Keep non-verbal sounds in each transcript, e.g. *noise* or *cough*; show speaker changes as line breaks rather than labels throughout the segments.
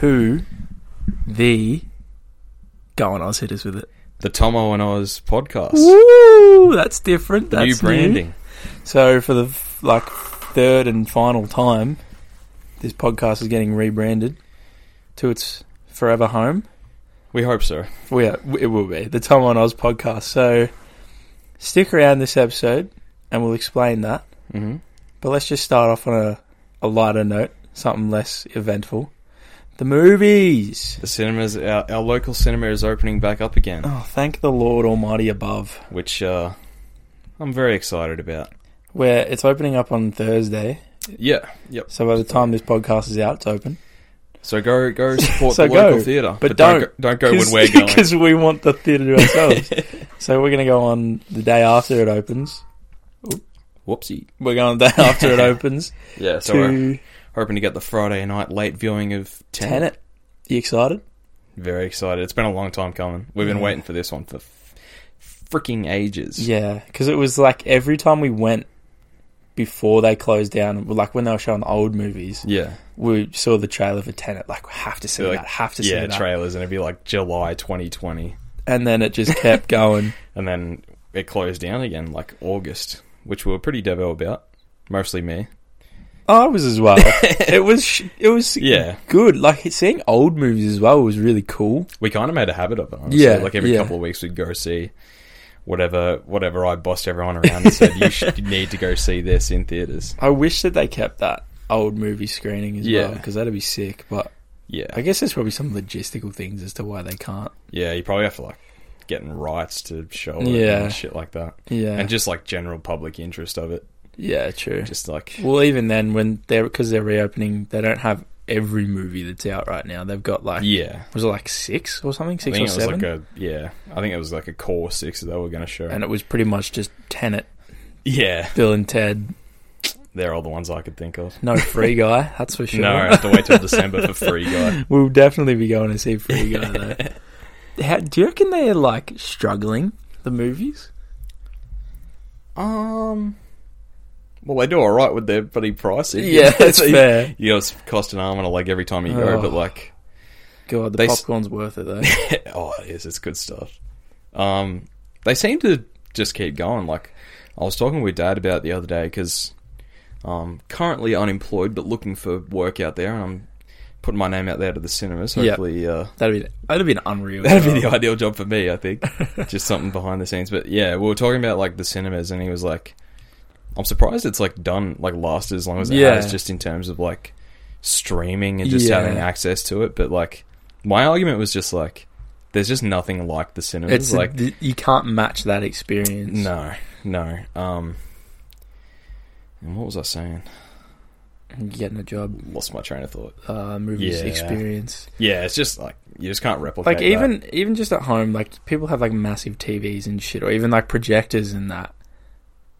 who the go on Oz hit us with it.
The Tomo and Oz podcast.
Woo! That's different.
The
That's
new branding.
So for the f- like third and final time, this podcast is getting rebranded to its forever home.
We hope so.
We are, it will be the Tom on Oz podcast. So stick around this episode, and we'll explain that.
hmm
But let's just start off on a, a lighter note, something less eventful. The movies.
The cinemas, our, our local cinema is opening back up again,
Oh, thank the Lord Almighty above.
which uh, I'm very excited about.
Where it's opening up on Thursday,
Yeah, yep.
so by the time this podcast is out, it's open.
So
*laughs*
go go support
So
the local
go,
theatre,
but
don't go, don't
*laughs*
go when we're going.
Because we want the theatre to ourselves.
*laughs*
so we're going to go on the day after it opens.
Whoopsie.
We're going the day after
*laughs*
it opens
Yeah, so we're
to
hoping to get the Friday night late viewing of Tenet.
Tenet. You excited?
Very excited. It's been a long time coming. We've been
Yeah.
waiting for this one for f- freaking ages.
Yeah, because it was like every time we went before they closed down, like when they were showing the old movies,
Yeah,
we saw the trailer for Tenet. Like, we have to see
They're like,
that, have to see
yeah.
that.
Trailers and it'd be like July 2020,
and then it just kept going.
and then it closed down again like August, which we were pretty devil about. Mostly me.
I was as *laughs* well. it was sh- it was
Yeah.
good. Like seeing old movies as well was really cool.
We kind of made a habit of it. Honestly.
Yeah,
like every
yeah.
couple of weeks we'd go see whatever whatever I bossed everyone around and said you should you need to go see this in theaters.
I wish that they kept that old movie screening as well
Yeah.
because that'd be sick. But I
Yeah,
guess there's probably some logistical things as to why they can't.
yeah. You probably have to like getting rights to show it
Yeah.
and shit like that,
Yeah,
and just like general public interest of it.
yeah, true.
Just like
Well, even then, when they're because they're reopening, they don't have every movie that's out right now. They've got like
yeah.
was it like six or something,
I
six
think
or
it was
seven,
like a yeah. I think it was like a core six that they were going to show.
and it was pretty much just Tenet,
yeah,
Bill and Ted,
they're all the ones I could think of.
no *laughs* Free Guy, that's for sure.
No, I have to wait till December for Free Guy.
We'll definitely be going to see Free Guy
*laughs*
though. How, do you reckon they're like struggling the movies?
Um, well, they do all right with their bloody pricing.
*laughs*
*laughs*
that's fair.
You know, it's cost an arm and a leg every time you go,
Oh.
but like, *laughs*
God, the
They s-
popcorn's worth it though. *laughs*
oh, it is. It's good stuff. Um, they seem to just keep going. Like, I was talking with Dad about it the other day because um, currently unemployed but looking for work out there, and I'm putting my name out there to the cinemas.
Yep.
Hopefully, uh,
That'd be that'd be an unreal.
That'd be the
job.
ideal job for me,
*laughs*
I think. Just something behind the scenes. But yeah, we were talking about like the cinemas, and he was like, "I'm surprised it's like done like lasted as long as it
Yeah.
has, just in terms of like streaming and just
Yeah.
having access to it." But like, my argument was just like, "There's just nothing like the cinemas."
It's
like,
like you can't match that experience.
no, no. Um, and what was I saying?
getting a job,
Lost my train of thought.
uh, movies
Yeah.
experience.
Yeah, it's just like you just can't replicate.
like
that.
even even just at home, like people have like massive TVs and shit, or even like projectors and that.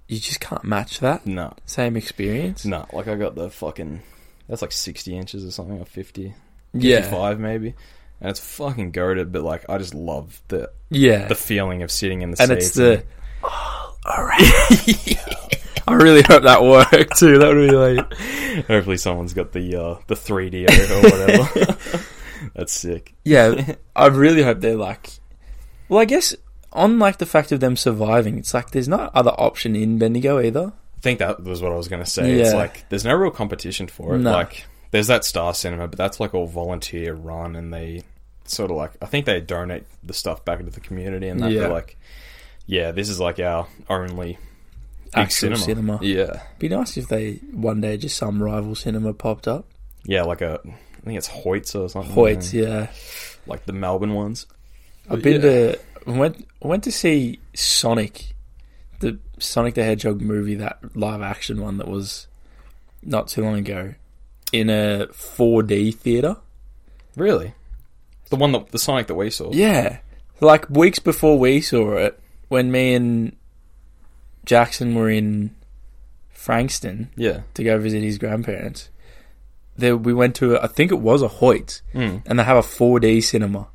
You just can't match that
no,
same experience.
no. Like I got the fucking. That's like sixty inches or something, or fifty.
yeah,
55 maybe. And it's fucking goaded, but like I just love the
yeah,
the feeling of sitting in the
and
seats.
it's the. *laughs* Oh, all right. I really hope that worked too. That would be like
and *laughs* hopefully someone's got the uh, the 3D or whatever. *laughs* That's sick.
*laughs* yeah. I really hope they're like. Well, I guess on like the fact of them surviving, it's like there's no other option in Bendigo either.
I think that was what I was going to say. It's
Yeah.
like there's no real competition for it.
No.
Like there's that Star Cinema, but that's like all volunteer run, and they sort of like I think they donate the stuff back into the community, and that
Yeah.
they're like, yeah, this is like our only big
Actual cinema.
Yeah,
Be nice if they one day just some rival cinema popped up.
yeah, like a I think it's Hoyts or something.
Hoyts, yeah.
like the Melbourne ones.
I've
But
been
yeah.
to I went I went to see Sonic, the Sonic the Hedgehog movie, that live action one that was not too long ago, in a 4D theater.
Really? The one that the Sonic that we saw.
Yeah, like weeks before we saw it, when me and Jackson were in Frankston
Yeah.
to go visit his grandparents, there we went to a, I think it was a Hoyt,
Mm.
and they have a 4D cinema.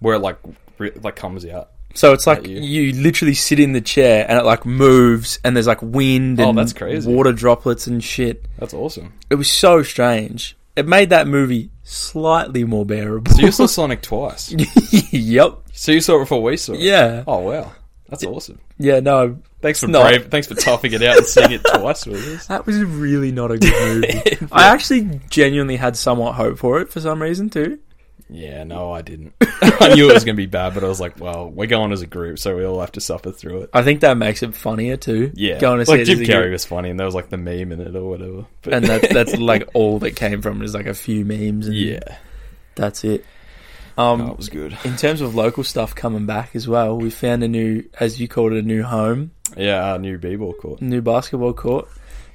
Where it like re- like comes out.
So it's like
At
you.
you.
literally sit in the chair and it like moves and there's like wind
Oh,
and
that's crazy.
water droplets and shit.
That's awesome.
It was so strange. it made that movie slightly more bearable.
So you
*laughs*
saw Sonic twice.
yep.
So you saw it before we saw it.
Yeah.
Oh wow, that's awesome.
Yeah. No,
Thanks for
No.
brave. Thanks for toughing it out and seeing it twice with us.
that was really not a good
*laughs*
movie. I actually genuinely had somewhat hope for it for some reason too.
Yeah, no, I didn't. *laughs* I knew it was going to be bad, but I was like, well, we're going as a group, so we all have to suffer through it.
I think that makes it funnier too.
Yeah,
Going to
like
see it
Jim
as a
Carrey
group.
was funny, and there was like the meme in it or whatever. But
and that, that's like all that came from it is like a few memes and
*laughs* yeah,
that's it.
that
Um,
was good.
in terms of local stuff coming back as well, we found a new, as you called it, a new home,
Yeah, our new b-ball court.
new basketball court,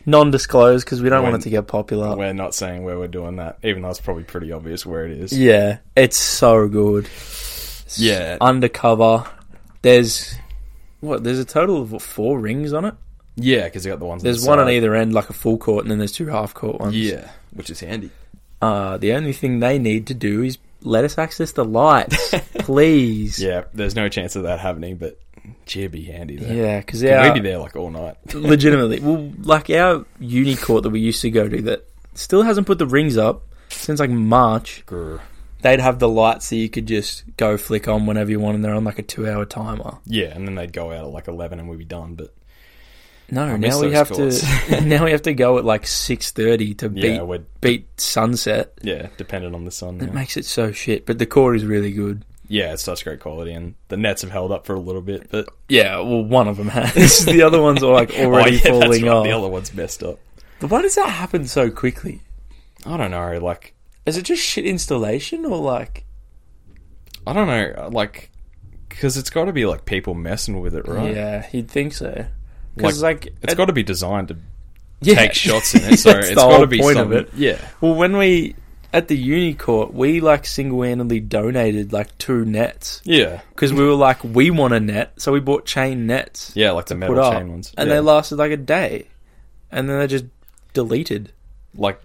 non-disclosed because we don't want
When-
it to get popular.
We're not saying where we're doing that, even though it's probably pretty obvious where it is.
Yeah, it's so good.
Yeah.
undercover. There's what? There's a total of what, four rings on it.
Yeah, because you got the ones.
There's
the
one on
side.
either end, like a full court, and then there's two half court ones.
Yeah, which is handy.
Uh, the only thing they need to do is let us access the
*laughs*
lights, please.
Yeah, there's no chance of that happening, but gee, it'd be handy though.
Yeah, because
Yeah,
our
we'd be there like all night.
*laughs* legitimately, well, like our uni court that we used to go to that still hasn't put the rings up since like March.
Grr.
They'd have the lights that you could just go flick on whenever you want, and they're on like a two-hour timer.
Yeah, and then they'd go out at like eleven, and we'd be done. But
No,
I miss
now we
those
have to
courts.
*laughs*
*laughs*
now we have to go at like six thirty to
yeah,
beat
we're
beat sunset.
yeah dependent on the sun.
It
now.
makes it so shit, but the court is really good.
Yeah, it's such great quality, and the nets have held up for a little bit, but
Yeah, well, one of them *laughs* has. the other ones are like *laughs* already
*laughs* Oh, yeah, that's
falling
right,
off.
The other one's messed up.
But why does that happen so quickly?
I don't know. Like
Is it just shit installation or like
I don't know. Like because it's got to be like people messing with it, right?
Yeah, you'd think so. Because like,
It's
it-
got to be designed to
yeah. *laughs*
take shots in it, so
That's
it's
the
got
whole
to be
point
some,
of it.
Yeah,
Well, when we at the uni court, we like single-handedly donated like two nets
yeah,
because we were like, we want a net, so we bought chain nets.
yeah. Like the metal
put up,
chain ones,
and
yeah.
they lasted like a day, and then they just *laughs* deleted.
like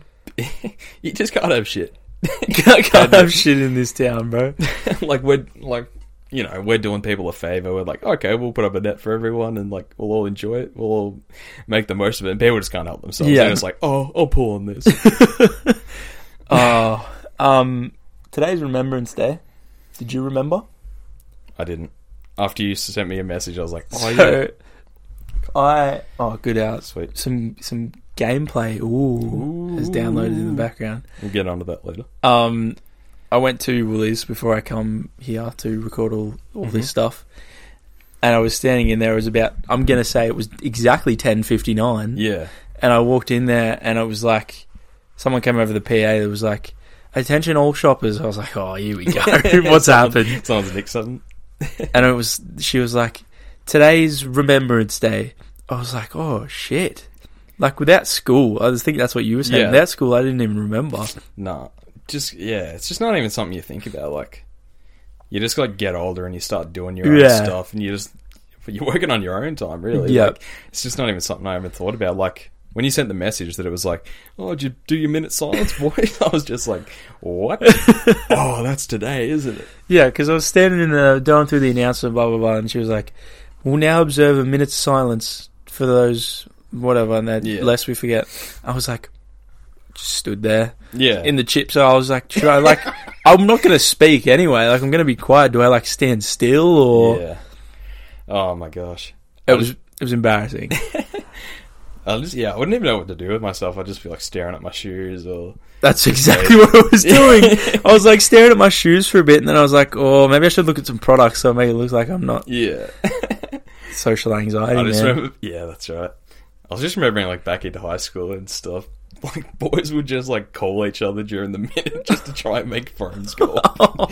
*laughs* you just can't have shit. *laughs*
I can't have shit in this town, *laughs* bro.
like we're like you know we're doing people a favor we're like okay we'll put up a net for everyone and like we'll all enjoy it we'll all make the most of it and people just can't help themselves
Yeah.
yeah. and it's like oh i'll pull
*laughs*
on this
oh, um, today's Remembrance Day. Did you remember?
i didn't after you sent me a message i was like oh yeah
So, I oh good out
sweet
some some gameplay. Ooh, is downloaded in the background.
we'll get onto that later
Um, I went to Woolies before I come here to record all, all
Mhm.
this stuff, and I was standing in there. It was about I'm gonna say it was exactly ten fifty nine.
yeah
and I walked in there and it was like someone came over the PA that was like, "Attention, all shoppers." I was like, "Oh, here we go. What's happened?"
someone's nick something
And it was she was like, "Today's Remembrance Day." I was like, "Oh shit." Like without school, I just think that's what you were saying.
Yeah.
Without school, I didn't even remember.
nah just yeah it's just not even something you think about like you just like get older and you start doing your own
Yeah.
stuff and you just you're working on your own time really
Yeah.
Like, it's just not even something I ever thought about. Like when you sent the message that it was like, "Oh, did you do your minute silence, boy?" *laughs* I was just like,
*laughs*
"What? oh, that's today, isn't it?"
Yeah, because I was standing in the going through the announcement, blah blah blah, and she was like, "We'll now observe a minute's silence for those whatever, and that
Yeah.
lest we forget." I was like, just stood there,
Yeah,
in the chip. So I was like, should I like? *laughs* I'm not going to speak anyway. Like I'm going to be quiet. Do I like stand still or?
yeah. Oh my gosh,
It was it was
*laughs*
embarrassing.
I just yeah, I wouldn't even know what to do with myself. I'd just be like staring at my shoes or
That's exactly what I was doing.
*laughs*
I was like staring at my shoes for a bit, and then I was like, oh, maybe I should look at some products so I make it look like I'm not
yeah.
social anxiety.
I just
man.
remember, yeah, that's right. I was just remembering like back into high school and stuff. *laughs* Like boys would just like call each other during the minute *laughs* just to try and make friends go.
*laughs*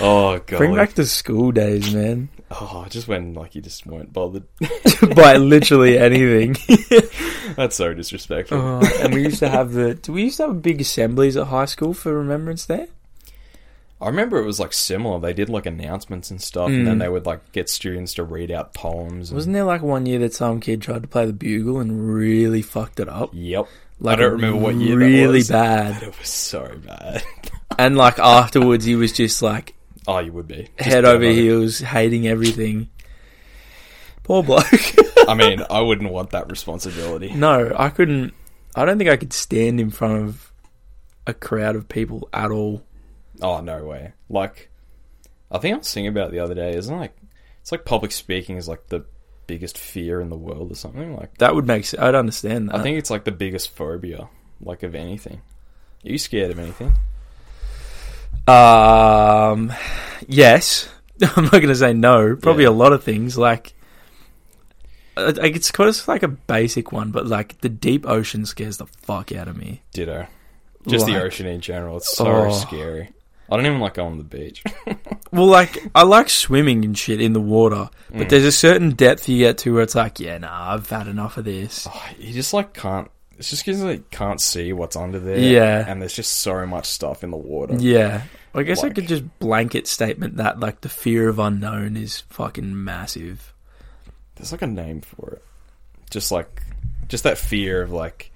oh god.
Bring back the school days, man.
Oh, just when like you just weren't bothered. *laughs*
*laughs* By literally anything.
That's so
*laughs*
disrespectful.
Oh, and we used to have the. Do we used to have big assemblies at high school for Remembrance Day?
I remember it was like similar. They did like announcements and stuff,
Mm.
and then they would like get students to read out poems. And,
Wasn't there like one year that some kid tried to play the bugle and really fucked it up?
Yep, *laughs*
Like
I don't remember what year that
Really
was.
bad.
it was so bad. *laughs*
And like afterwards, he was just like
Oh, you would be *laughs* Just
head
dead
over
on it.
heels, hating everything. Poor bloke. *laughs*
I mean, I wouldn't want that responsibility.
no, I couldn't. I don't think I could stand in front of a crowd of people at all.
Oh no way! Like, I think I was thinking about it the other day. Isn't it like it's like public speaking is like the biggest fear in the world or something. Like,
That would make sense. I'd understand that.
I think it's like the biggest phobia, like of anything. Are you scared of anything?
Um, yes, *laughs* I'm not going to say no. Probably
Yeah.
a lot of things like. I- I- It's kind of like a basic one, but like the deep ocean scares the fuck out of me.
Ditto. Just the
Like-
ocean in general. It's so
Oh.
scary. I don't even like going on
*laughs*
the beach.
Well, like I like swimming and shit in the water, but
Mm.
there's a certain depth you get to where it's like, yeah, nah, I've had enough of this.
Oh, you just like can't. It's just because like can't see what's under there.
Yeah.
and there's just so much stuff in the water.
Yeah, I guess I
Like-
could just blanket statement that like the fear of unknown is fucking massive.
There's like a name for it. Just like, just that fear of like.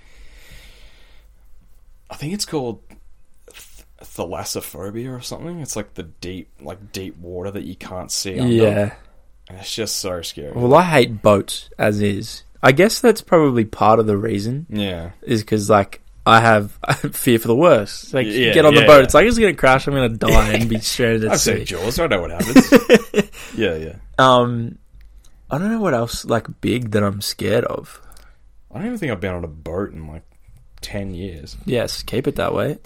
I think it's called th- thalassophobia or something. It's like the deep, like deep water that you can't see. Under.
Yeah.
and it's just so scary.
Well, I hate boats as is. I guess that's probably part of the reason
yeah,
is because like I have *laughs* fear for the worst. It's Like
Yeah,
get on the
yeah,
boat,
yeah.
it's like it's gonna crash. I'm gonna die and be
*laughs*
stranded at
I've seen
sea.
Jaws. I know
*laughs*
what happens. yeah, yeah.
Um, I don't know what else like big that I'm scared of.
I don't even think I've been on a boat in like ten years. *laughs*
Yes, keep it that way. *laughs*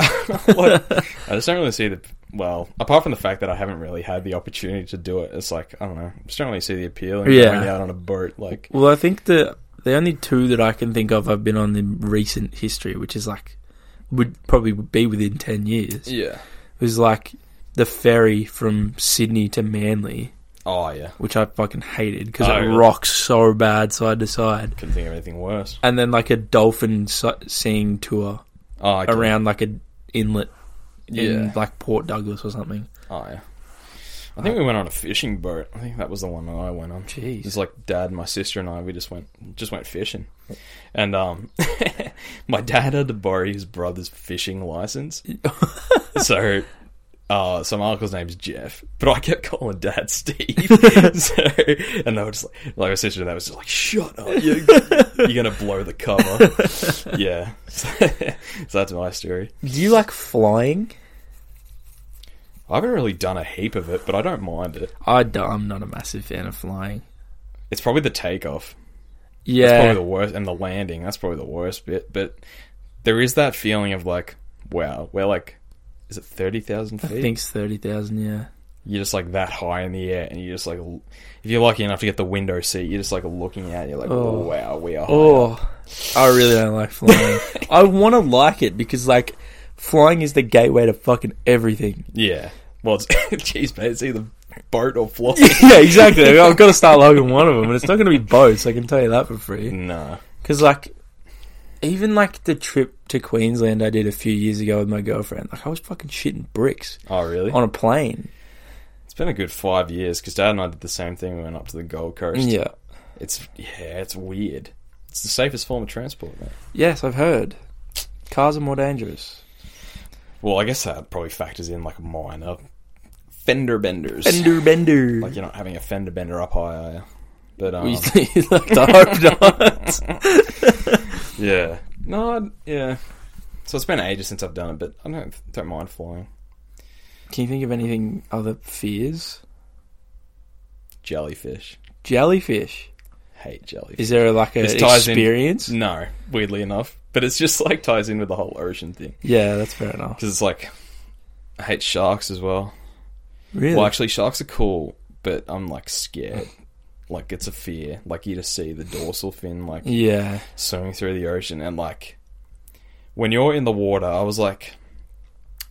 like, I just don't really see the well, apart from the fact that I haven't really had the opportunity to do it. It's like I don't know. I just don't really see the appeal in
Yeah.
going out on a boat. Like
Well, I think the the only two that I can think of I've been on in recent history, which is like would probably be within ten years,
yeah,
was like the ferry from Sydney to Manly,
oh yeah.
which I fucking hated because
Oh,
it
really?
rocks so bad side to side,
Couldn't think of anything worse.
and then like a dolphin si- seeing tour
Oh, okay.
around like an inlet in
Yeah.
like Port Douglas or something.
Oh yeah. I think we went on a fishing boat. I think that was the one that I went on. It
Jeez.
was like dad, my sister, and I. We just went just went fishing, and um, *laughs* my dad had to borrow his brother's fishing *laughs* license. so, uh, so my uncle's name's Jeff, but I kept calling dad *laughs* Steve. so, and they were just like, like my sister, and that was just like, shut up, you, you're gonna blow the *laughs* cover. yeah, so, that's my story.
Do you like flying?
I haven't really done a heap of it, but I don't mind it.
I don't, I'm not a massive fan of flying.
It's probably the takeoff.
Yeah.
That's probably the worst, and the landing. That's probably the worst bit. But there is that feeling of like, wow, we're like, is it thirty thousand
I
feet?
think it's 30,000, yeah.
you're just like that high in the air, and you're just like, l- if you're lucky enough to get the window seat, you're just like looking out. You're like,
Oh.
oh, wow, we are. high up."
Oh, I really don't like *laughs* flying. I want to like it because, like, flying is the gateway to fucking everything.
yeah. Well, it's, *laughs* jeez, mate, it's either boat or fly.
*laughs* yeah, *laughs* exactly. I've got to start logging one of them, and it's not going to be boats, I can tell you that for free.
no.
Because, like, even, like, the trip to Queensland I did a few years ago with my girlfriend, like, I was fucking shitting bricks
Oh, really?
on a plane.
It's been a good five years because Dad and I did the same thing. We went up to the Gold Coast.
Yeah.
It's yeah, it's weird. It's the safest form of transport, mate.
Yes, I've heard. Cars are more dangerous.
Well, I guess that probably factors in like minor fender benders.
Bender, bender.
Like you're not having a fender bender up high, are you? But um,
We-
*laughs*
*laughs* like, I hope not.
yeah, no, I'd-
*laughs*
yeah. So it's been ages since I've done it, but I don't don't mind flying.
Can you think of anything other fears?
Jellyfish,
Jellyfish.
hate jellyfish.
Is there like an
This ties in-
experience?
No, weirdly enough, but it's just like ties in with the whole ocean thing
Yeah, that's fair enough.
because it's like I hate sharks as well.
Really?
Well, actually, sharks are cool, but I'm like scared. Like it's a fear. Like you just see the dorsal fin, like
yeah.
swimming through the ocean and like when you're in the water i was like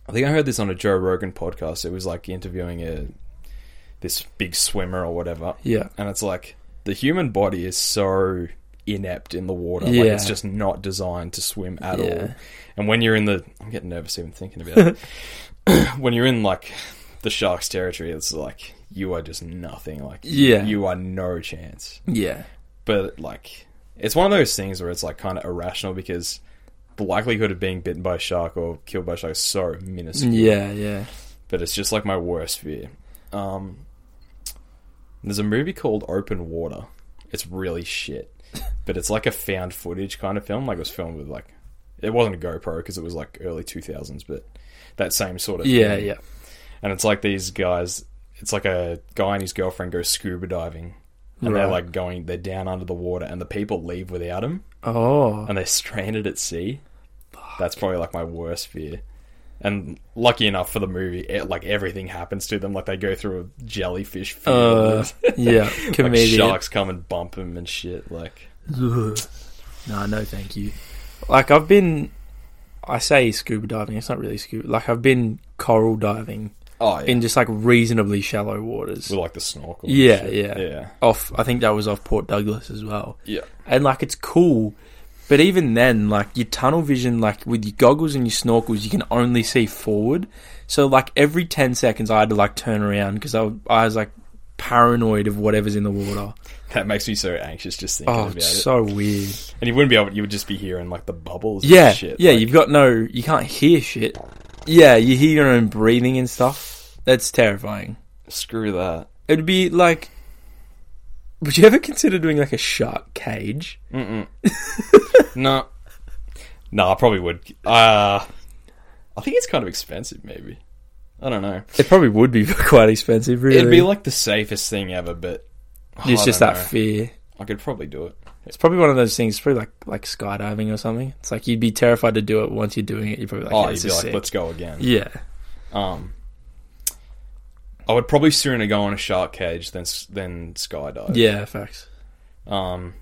i think i heard this on a joe rogan podcast it was like interviewing a this big swimmer or whatever
Yeah.
and it's like the human body is so inept in the water like
Yeah.
it's just not designed to swim at
Yeah.
all and when you're in the i'm getting nervous even thinking about it
*laughs*
when you're in like the sharks territory it's like you are just nothing like
Yeah.
you are no chance
Yeah.
but like it's one of those things where it's like kind of irrational because the likelihood of being bitten by a shark or killed by a shark is so minuscule.
Yeah, yeah.
But it's just like my worst fear. Um, there's a movie called Open Water. It's really shit, but it's like a found footage kind of film. Like it was filmed with like It wasn't a GoPro because it was like early two thousands, but that same sort of
Yeah,
thing.
yeah.
And it's like these guys. It's like a guy and his girlfriend go scuba diving, and they're
Right.
like going. They're down under the water, and the people leave without them,
Oh,
and they're *laughs* stranded at sea. That's probably like my worst fear. And lucky enough for the movie, it, like everything happens to them. Like they go through a jellyfish field.
uh, *laughs* yeah,
like
comedian.
sharks come and bump him and shit. Like
Ugh. no, no, thank you. Like I've been, I say scuba diving. It's not really scuba. Like I've been coral diving
oh yeah,
in just like reasonably shallow waters.
with like the snorkel. and
Yeah,
shit.
yeah,
yeah,
Off, I think that was off Port Douglas as well.
yeah.
And like it's cool, but even then, like your tunnel vision, like with your goggles and your snorkels, you can only see forward. So like every ten seconds, I had to like turn around because I, w- I was like paranoid of whatever's in the water.
That makes me so anxious just thinking
Oh,
about
it's so weird.
it. And you wouldn't be able. You would just be hearing like the bubbles.
Yeah,
and shit.
yeah.
Like,
you've got no, you can't hear shit. Yeah, you hear your own breathing and stuff. That's terrifying.
screw that.
It'd be like, would you ever consider doing like a shark cage?
Mm-mm. *laughs* no, no, I probably would. Uh I think it's kind of expensive. Maybe I don't know.
It probably would be *laughs* quite expensive. Really,
It'd be like the safest thing ever, but oh,
it's
I
just
don't
that
know.
fear.
I could probably do it.
It's probably one of those things. It's probably like like skydiving or something. It's like you'd be terrified to do it. but Once you're doing it, you're probably like,
oh,
yeah,
you'd
this
be
is
like,
sick.
let's go again.
yeah,
Um, I would probably sooner go on a shark cage than s- than skydive.
yeah, facts.
Um,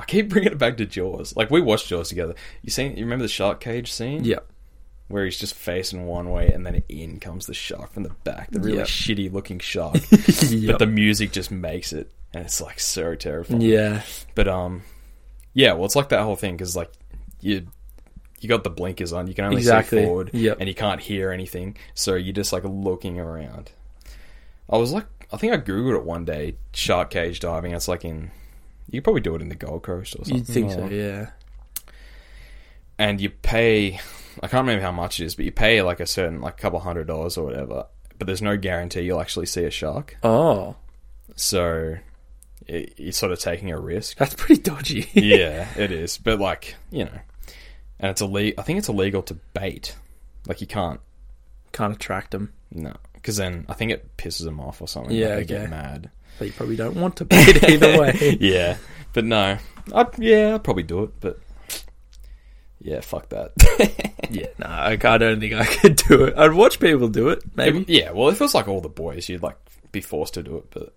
I keep *laughs* bringing it back to Jaws. Like we watched Jaws together. You seen? You remember the shark cage scene?
Yeah,
Where he's just facing one way, and then in comes the shark from the back. The really
Yep.
shitty looking shark.
*laughs* Yep.
*laughs* But *laughs* the music just makes it, and it's like so terrifying.
yeah,
But um, yeah. Well, it's like that whole thing because like you. You got the blinkers on. You can only
Exactly.
see forward,
Yep.
and you can't hear anything. So you're just like looking around. I was like, I think I googled it one day. Shark cage diving. It's like in, you could probably do it in the Gold Coast or something.
you'd think so.
or-
Yeah,
And you pay, I can't remember how much it is, but you pay like a certain, like couple hundred dollars or whatever. But there's no guarantee you'll actually see a shark.
oh,
So it, you're sort of taking
*laughs*
a risk.
that's pretty dodgy.
yeah, it is. But like you know, and it's illegal. I think it's illegal to bait. Like you can't.
*laughs* can't attract them.
No, because then I think it pisses them off or something.
Yeah,
like they get
okay.
mad.
But you probably don't want to *laughs* bait either way.
yeah, but no, I'd, yeah, I'd probably do it, but yeah, fuck that.
yeah, no, I, I don't think I could do it. I'd watch people do it, maybe.
*laughs* yeah, well, if it was like all the boys, you'd like be forced to do it, but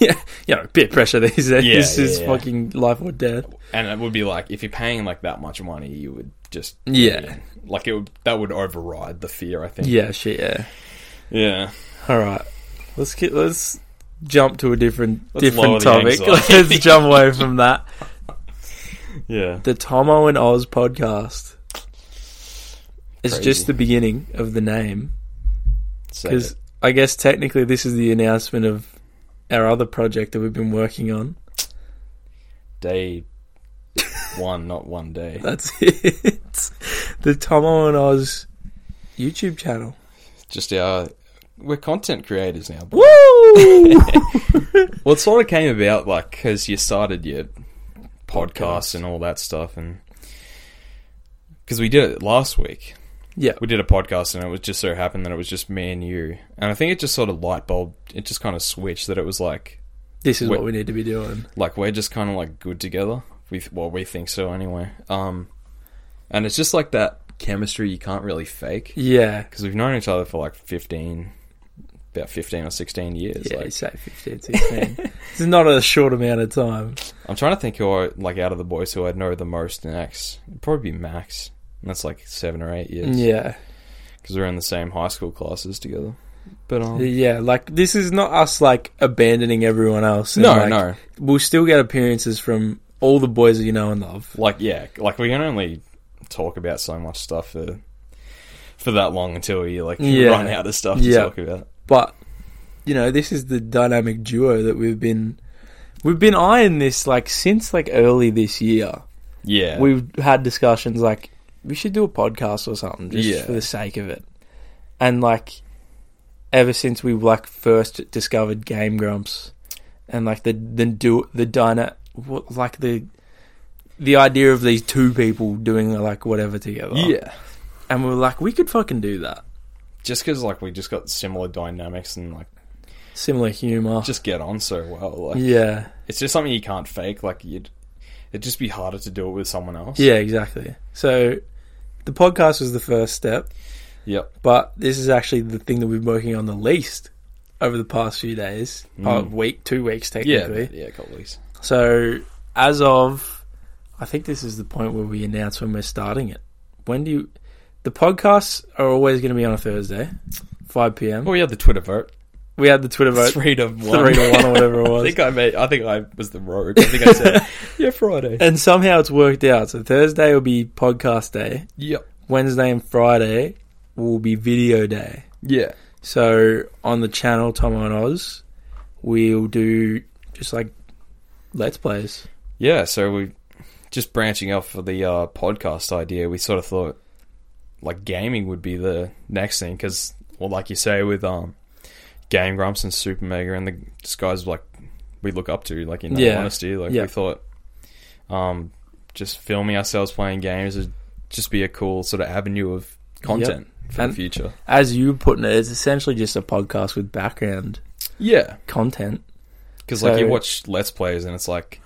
yeah, you know, peer pressure these days
Yeah,
is
yeah, yeah.
fucking life or death.
and it would be like if you're paying like that much money, you would just
Yeah.
like it would that would override the fear, I think.
Yeah, shit. Yeah.
yeah.
All right, let's get let's jump to a different
Let's lower
different
the
topic. *laughs*
anxiety.
let's jump away from that.
yeah.
The Tomo and Oz podcast. It's
Crazy.
just the beginning of the name
Say
because
it.
I guess technically this is the announcement of our other project that we've been working on.
day one, not one day.
That's *laughs* it. The Tomo and Oz YouTube channel.
Just our we're content creators now. boy.
Woo!
Well, it sort of came about like because you started your podcast and all that stuff, and because we did it last week,
*laughs* yeah.
we did a podcast, and it was just so happened that it was just me and you, and I think it just sort of light bulb, it just kind of switched that it was like
This is
Wait.
what we need to be doing.
like we're just kind of like good together. We th- well, we think so anyway. Um, and it's just like that chemistry you can't really fake
Yeah.
because we've known each other for like fifteen, about fifteen or sixteen years.
yeah,
like-
you say 15, 16.
*laughs*
it's not a short amount of time.
I'm trying to think who, I, like, out of the boys who I know the most next. It'd probably be Max. And that's like seven or eight years.
Yeah.
Because we're in the same high school classes together. But, um.
Yeah, like this is not us like abandoning everyone else. and,
no,
like,
no.
We'll still get appearances from all the boys that you know and love.
Like, yeah. Like, we can only talk about so much stuff for, for that long until you, like,
Yeah.
run out of stuff to
Yeah.
talk about.
But you know, this is the dynamic duo that we've been we've been eyeing this like since like early this year.
Yeah.
we've had discussions like we should do a podcast or something just
Yeah.
for the sake of it and like ever since we like first discovered game grumps and like the the do the dyna what like the the idea of these two people doing like whatever together.
Yeah.
And we were like, we could fucking do that.
Just because like we just got similar dynamics and like
Similar humor.
just get on so well. Like
yeah.
it's just something you can't fake. Like you'd it'd just be harder to do it with someone else.
Yeah, exactly. So the podcast was the first step,
Yep.
but this is actually the thing that we've been working on the least over the past few days.
Mm.
Uh, week, two weeks
Yeah.
technically.
Yeah. Colleagues.
So as of I think this is the point where we announce when we're starting it. When do you the podcasts are always gonna be on a Thursday, five PM.
Well, we had the Twitter vote.
We had the Twitter vote
Oh, Three to one.
three to one or whatever
*laughs*
it
I
was.
think I made. I think I was the rogue. I think I *laughs* said, "Yeah, Friday."
And somehow it's worked out. So Thursday will be podcast day.
Yep.
Wednesday and Friday will be video day.
Yeah.
So on the channel Tomo and Oz, we'll do just like let's plays.
Yeah. So we just branching off for the uh, podcast idea. We sort of thought like gaming would be the next thing because, well, like you say, with um, Game Grumps and Super Mega and the just guys like we look up to, like in all
Yeah.
honesty, like
Yeah.
we thought, um, just filming ourselves playing games would just be a cool sort of avenue of content for
And-
the future.
As you were putting it, it's essentially just a podcast with background
Yeah.
content.
Because like you
So-
watch Let's Plays and it's like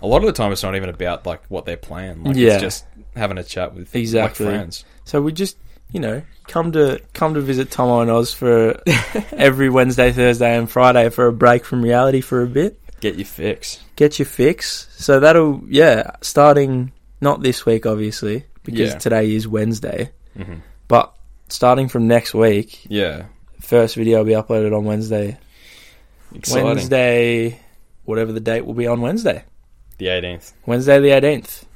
a lot of the time it's not even about like what they're playing. Like
Yeah.
it's just having a chat with
Exactly.
like, friends.
So we just you know come to come to visit Tomo and Oz for *laughs* every Wednesday, Thursday, and Friday for a break from reality for a bit.
Get your fix.
get your fix. So that'll yeah, starting not this week obviously because
Yeah.
today is Wednesday,
hmm
but starting from next week,
Yeah.
first video will be uploaded on Wednesday.
Exciting.
Wednesday, whatever the date will be on Wednesday,
The 18th.
Wednesday the eighteenth.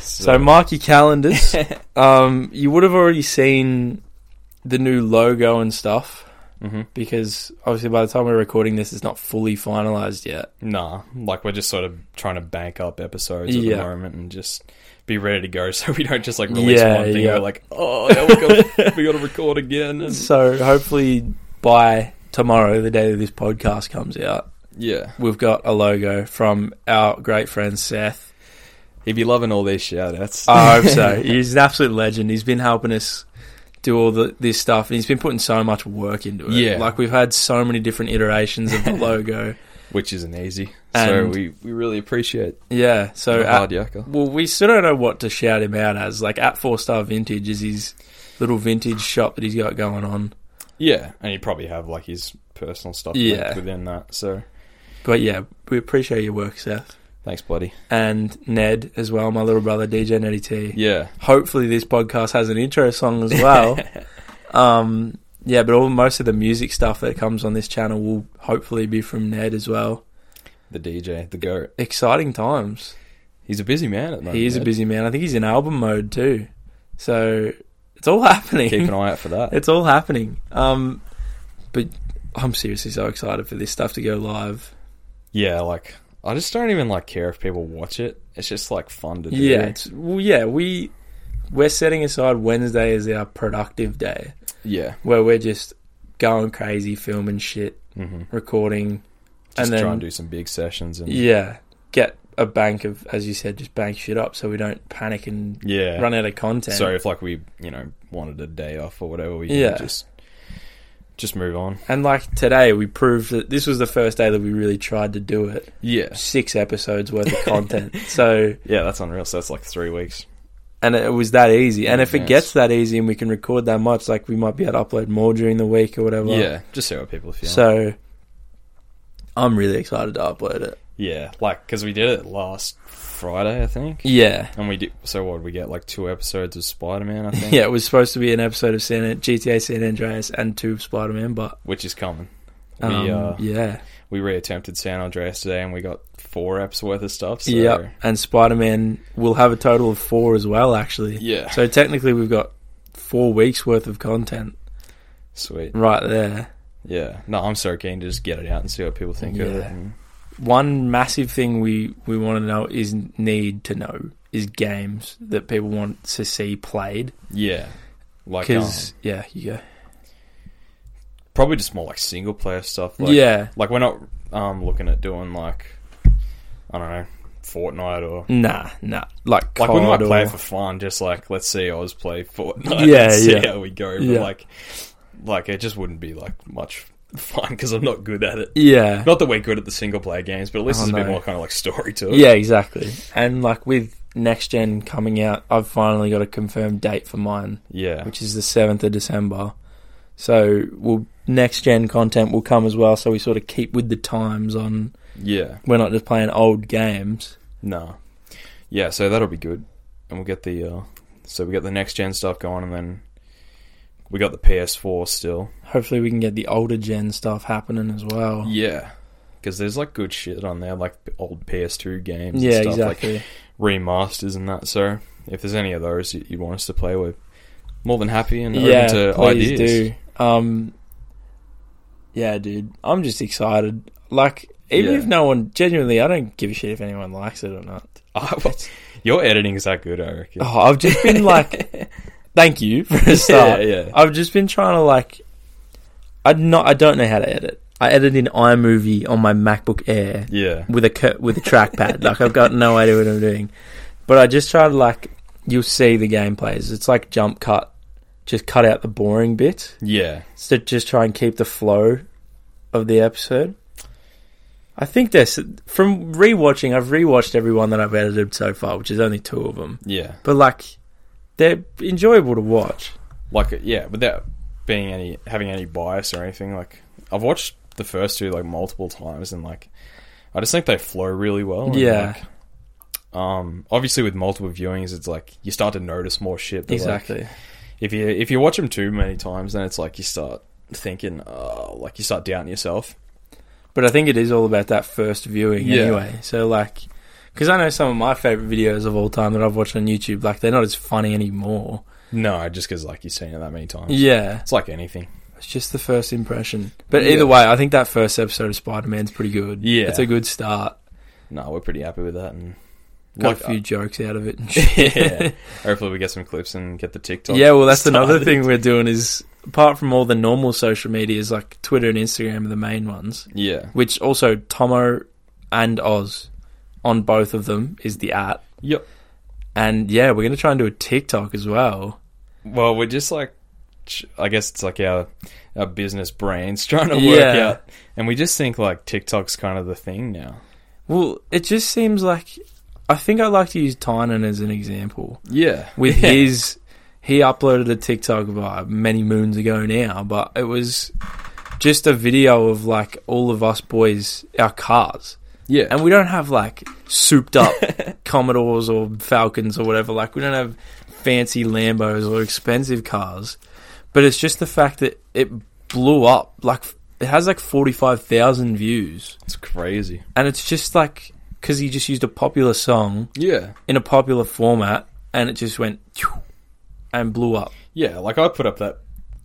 So,
So mark your calendars. um, you would have already seen the new logo and stuff
hmm
because obviously by the time we're recording this, it's not fully finalized yet.
Nah. Like we're just sort of trying to bank up episodes at
Yeah.
the moment and just be ready to go *laughs* so we don't just like release
Yeah,
one thing
yeah.
and we're like, oh, now we
*laughs*
got we got to record again. And,
So hopefully by tomorrow, the day that this podcast comes out.
yeah.
we've got a logo from our great friend Seth.
He'd be loving all these shout outs.
I hope so. He's an absolute legend. He's been helping us do all the, this stuff, and he's been putting so much work into it.
Yeah.
like we've had so many different iterations of the logo.
which isn't easy.
And-
so we, we really appreciate
Yeah, so
the
at,
hard yakka.
well, we still don't know what to shout him out as. Like at Four Star Vintage is his little vintage shop that he's got going on.
Yeah, and he'd probably have like his personal stuff
Yeah.
linked within that. So
But yeah, we appreciate your work, Seth,
thanks, buddy.
and Ned as well, my little brother DJ Neddy T.
Yeah,
hopefully this podcast has an intro song as well. um, yeah, but all most of the music stuff that comes on this channel will hopefully be from Ned as well.
the DJ, the goat.
Exciting times.
He's a busy man at the moment.
he is a
Ed.
busy man. I think he's in album mode too. So it's all *laughs* happening.
Keep an eye out
*laughs*
for that.
it's all happening. Um, but I'm seriously so excited for this stuff to go live.
yeah, like I just don't even like care if people watch it. It's just like fun to do.
Yeah, it's, well, yeah, we we're setting aside Wednesday as our productive day
yeah.
where we're just going crazy, filming shit,
Mm-hmm.
recording,
Just
and then
try and do some big sessions and
yeah, get a bank of as you said, just bank shit up so we don't panic and
yeah.
run out of content.
So if like we you know wanted a day off or whatever, we
Yeah.
can just just move on.
And like today, we proved that this was the first day that we really tried to do it.
Yeah,
Six episodes worth of content.
*laughs*
so
yeah, that's unreal. So that's like three weeks.
and it was that easy. And if it
Yes.
gets that easy and we can record that much, like we might be able to upload more during the week or whatever.
yeah, just see what people feel.
So I'm really excited to upload it.
Yeah, like because we did it last Friday, I think.
Yeah.
And we did. So what did we get? Like two episodes of Spider Man,
*laughs*
I think.
Yeah, it was supposed to be an episode of San GTA San Andreas and two of Spider Man, but
Which is coming. We
um,
uh,
yeah.
we reattempted San Andreas today, and we got four eps worth of stuff. So
Yep. And Spider Man will have a total of four as well, actually.
yeah,
So technically, we've got four weeks worth of content
sweet.
right there.
Yeah, no, I'm so keen to just get it out and see what people think of it.
Yeah.
and-
One massive thing we, we want to know is need to know is games that people want to see played.
yeah, like um,
Because, yeah, you go.
probably just more like single player stuff. Like,
yeah.
like we're not um looking at doing like I don't know Fortnite or
Nah, nah. Like,
like we might
COD
play
or-
it for fun, just like let's see Oz play *laughs* Fortnite.
Yeah,
and see
yeah.
how we go. But
Yeah.
like, like it just wouldn't be like much *laughs* fun because I'm not good at it.
Yeah.
Not that we're good at the single player games, but at least
Oh,
there's a bit
no.
more kind of like story to it.
Yeah, exactly. And like with next gen coming out, I've finally got a confirmed date for mine,
yeah,
which is the seventh of December. So we'll next gen content will come as well. So we sort of keep with the times on.
yeah.
We're not just playing old games.
No, yeah. So that'll be good, and we'll get the uh, so we got the next gen stuff going, and then we got the PS4 still.
Hopefully, we can get the older gen stuff happening as well.
Yeah, because there's like good shit on there, like old PS2 games.
Yeah,
and stuff. Like,
exactly.
remasters and that. So if there's any of those you, you want us to play, we're more than happy and
yeah,
open to
please
ideas.
do. Um, yeah, dude, I'm just excited. Like, even
Yeah.
if no one genuinely, I don't give a shit if anyone likes it or not.
*laughs* Ah, well, your editing is that good, I reckon. *laughs*
Oh, I've just been like, thank you for a start.
Yeah, yeah.
I've just been trying to like, I not I don't know how to edit. I edit in iMovie on my MacBook Air
yeah,
with a cur- with a trackpad. like I've got no idea what I'm doing, but I just try to like you'll see the gameplays. It's like jump cut, just cut out the boring bits
yeah.
to just try and keep the flow of the episode. I think there's from rewatching. I've rewatched every one that I've edited so far, which is only two of them
yeah.
but like they're enjoyable to watch.
Like, uh, yeah, without being any having any bias or anything. Like, I've watched the first two like multiple times, and like, I just think they flow really well. and,
Yeah.
like, um. Obviously, with multiple viewings, it's like you start to notice more shit. but, like, if you if you watch them too many times, then it's like you start thinking, uh, like you start doubting yourself.
But I think it is all about that first viewing
Yeah.
anyway. So like because I know some of my favorite videos of all time that I've watched on YouTube, like they're not as funny anymore.
No, just because like you've seen it that many times.
Yeah,
It's like anything.
it's just the first impression. But
Yeah.
either way, I think that first episode of Spider Man's pretty good.
Yeah.
it's a good start.
No, we're pretty happy with that, and
Got
Like,
a few jokes out of it.
*laughs*
and
uh,
shit. *laughs*
yeah. Hopefully, we get some clips and get the TikTok.
yeah, well, that's another
started.
thing we're doing is apart from all the normal social medias like Twitter and Instagram are the main ones.
Yeah.
which also Tomo and Oz on both of them is the at.
Yep.
And yeah, we're going to try and do a TikTok as well.
Well, we're just like, ch- I guess it's like our our business brains *laughs* trying to work
Yeah.
out, and we just think like TikTok's kind of the thing now.
Well, it just seems like I think I like to use Tynan as an example.
Yeah.
With his he uploaded a TikTok vibe many moons ago now, but it was just a video of like all of us boys our cars.
Yeah.
And we don't have like souped
*laughs*
up Commodores or Falcons or whatever. Like we don't have fancy Lambos or expensive cars. But it's just the fact that it blew up. Like f- it has like 45,000 views.
it's crazy.
And it's just like cuz he just used a popular song
Yeah.
in a popular format and it just went and blew up.
Yeah. Like I put up that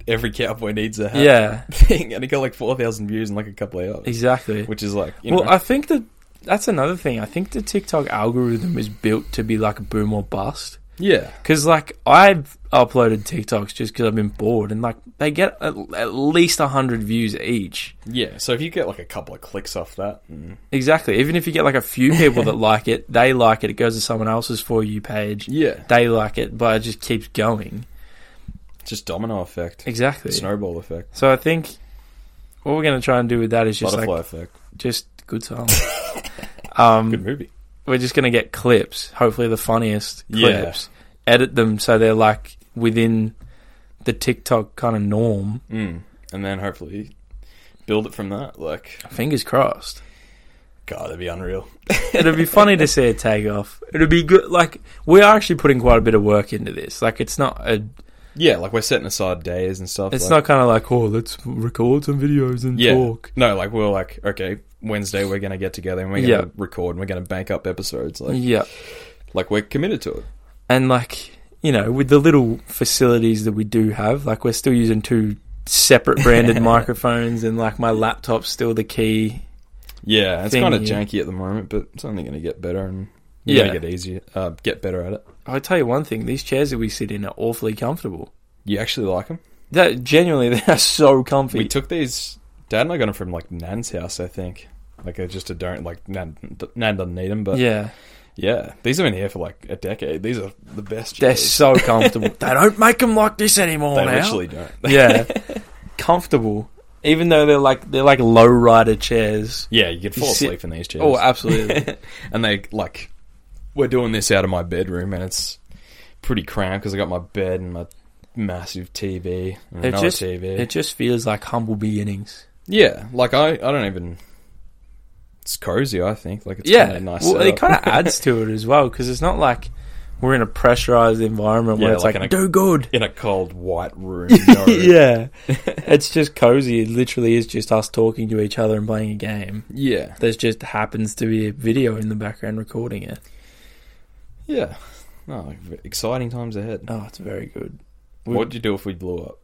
every *laughs* cowboy needs a hat
Yeah,
thing, and it got like four thousand views in like a couple of hours,
exactly.
which is like, you
Well,
know,
I think that that's another thing. I think the TikTok algorithm is built to be like a boom or bust.
yeah.
Because, like, I've uploaded TikToks just because I've been bored, and, like, they get at, at least 100 views each.
Yeah, so if you get like a couple of clicks off that, mm, and
Exactly. Even if you get, like, a few
*laughs*
people that like it, they like it, it goes to someone else's For You page,
yeah,
they like it, but it just keeps going.
just domino effect,
Exactly.
snowball effect,
So I think what we're going to try and do with that is just,
butterfly
like,
effect.
just good
*laughs*
song. um,
Good movie.
we're just going to get clips, hopefully the funniest
Yeah.
clips, edit them so they're, like, within the TikTok kind of norm.
Mm. And then hopefully build it from that. Like,
Fingers crossed.
God, that'd be unreal.
It'd be funny to see it take off. It'd be good. Like we are actually putting quite a bit of work into this. Like it's not a.
Yeah, like we're setting aside days and stuff.
It's
like,
not kind of like oh let's record some videos and
Yeah.
talk.
No, like we're like, okay, Wednesday we're gonna get together and we're
Yeah. Mm.
gonna record and we're gonna bank up episodes. Like,
Yeah,
like we're committed to it.
and like you know with the little facilities that we do have, like we're still using two separate branded
*laughs*
microphones, and like my laptop's still the key.
Yeah, it's
Thing,
kind of
yeah.
janky at the moment, but it's only gonna get better and yeah,
Yeah.
get easier, uh, get better at it.
I tell you one thing: these chairs that we sit in are awfully comfortable.
You actually like them?
That genuinely *laughs* they are so comfy.
We took these. Dad and I got them from like Nan's house, I think. Like I just don't like Nan, Nan doesn't need them, but yeah.
yeah,
these have been here for like a decade. These are the best.
they're
chairs. *laughs*
so comfortable. they don't make them like this anymore
they
now.
literally don't.
*laughs* yeah, comfortable. Even though they're like they're like low rider chairs.
Yeah, you could fall
You sit-
asleep in these chairs.
Oh, *laughs* absolutely.
and they like we're doing this out of my bedroom, and it's pretty cramped because I got my bed and my massive TV and
It
another
just-
TV.
it just feels like humble beginnings.
yeah, like I, I don't even. It's cozy, I think. Like it's
yeah,
kinda nice.
well, it *laughs*
setup. *laughs*
kind of adds to it as well because it's not like we're in a pressurized environment where
Yeah,
it's
like
like,
in a-
do *laughs* good.
in a cold white room. no.
*laughs* yeah, it's just cozy. It literally is just us talking to each other and playing a game.
yeah,
There's just happens to be a video in the background recording it.
yeah. No, exciting times ahead.
Oh, it's very good. We
What'd you do if we blew up?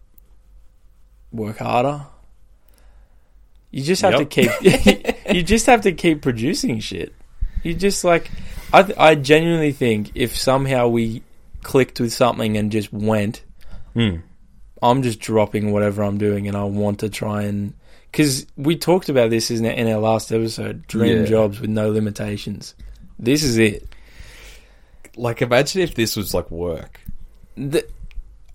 work harder. You just have
Yep.
to keep. *laughs* you just have to keep producing shit. You just like, I th- I genuinely think if somehow we clicked with something and just went,
Mm.
I'm just dropping whatever I'm doing and I want to try and because we talked about this in our, in our last episode, dream
Yeah.
jobs with no limitations. This is it.
Like, imagine if this was like work.
Th-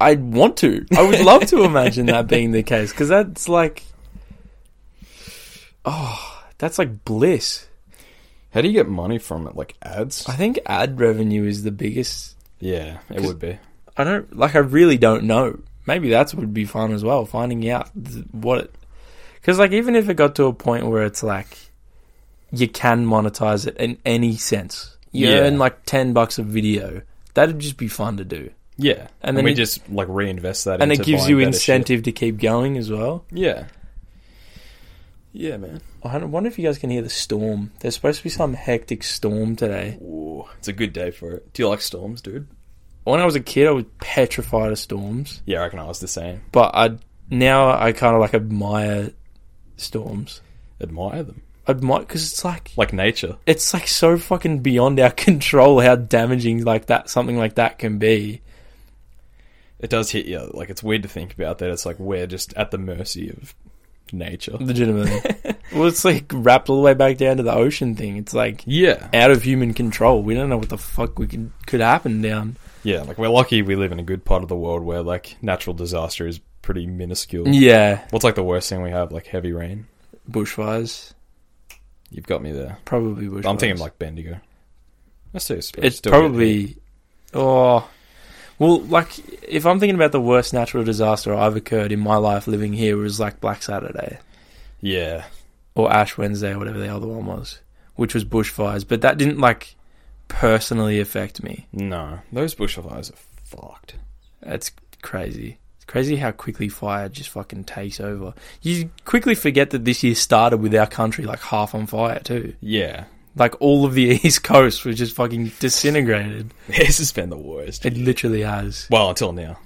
I'd want to. I would love to imagine that being the case because that's like, oh, that's like bliss.
How do you get money from it? Like ads?
I think ad revenue is the biggest.
yeah, it
'Cause-
would be.
I don't like. I really don't know. Maybe that's would be fun as well, finding out th- what it. Because like, even if it got to a point where it's like, you can monetize it in any sense. You
Yeah.
earn like ten bucks a video. That'd just be fun to do,
Yeah, and,
then
we
it-
just like reinvest that,
and it
into
gives
buying
you
better
incentive to keep going as well.
shit. Yeah, yeah, man.
I don't- wonder if you guys can hear the storm. There's supposed to be some hectic storm today.
Ooh, it's a good day for it. Do you like storms, dude?
When I was a kid, I was petrified of storms,
Yeah, I reckon I was the same.
but I now I kind of like admire storms.
Admire them,
Admire because it's like
like nature.
it's like so fucking beyond our *laughs* control how damaging like that something like that can be.
It does hit you. Like it's weird to think about that. It's like we're just at the mercy of nature. *laughs*
Legitimately, well, it's like wrapped all the way back down to the ocean thing. It's like
Yeah,
out of human control. We don't know what the fuck we could could happen down.
yeah. Like we're lucky we live in a good part of the world where like natural disaster is pretty minuscule.
Yeah,
What's like the worst thing we have? Like heavy rain.
bushfires
You've got me there.
probably bushfires.
I'm thinking like Bendigo. That's too expensive.
it's probably oh well like if i'm thinking about the worst natural disaster i've occurred in my life living here was like black saturday
yeah.
or ash wednesday or whatever the other one was which was bushfires but that didn't like personally affect me
No, those bushfires are fucked.
that's crazy it's crazy how quickly fire just fucking takes over you quickly forget that this year started with our country like half on fire too
Yeah, *laughs*
like all of the *laughs* east coast was just fucking disintegrated
This has been the worst.
it literally has
well, until now.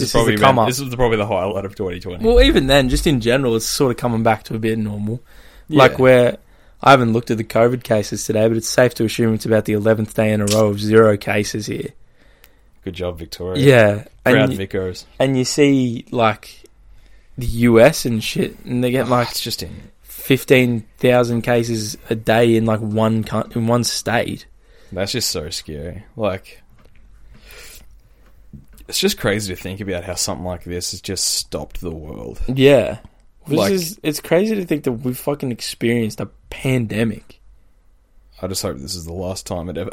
This
is
is
probably
the come
been-
up.
this is the, probably the highlight of 2020.
Well, e- even then, just in general, it's sort of coming back to a bit normal. Like
Yeah.
where I haven't looked at the COVID cases today, but it's safe to assume it's about the eleventh day in a row of zero cases here.
good job, Victoria.
Yeah,
proud
and you,
Vickers.
and you see like the US and shit, and they get like
Ah, it's just in
fifteen thousand cases a day in like one coun- in one state.
That's just so scary. Like, it's just crazy to think about how something like this has just stopped the world.
Yeah, which
Like-
is it's crazy to think that we fucking experienced a pandemic.
I just hope this is the last time it ever *laughs*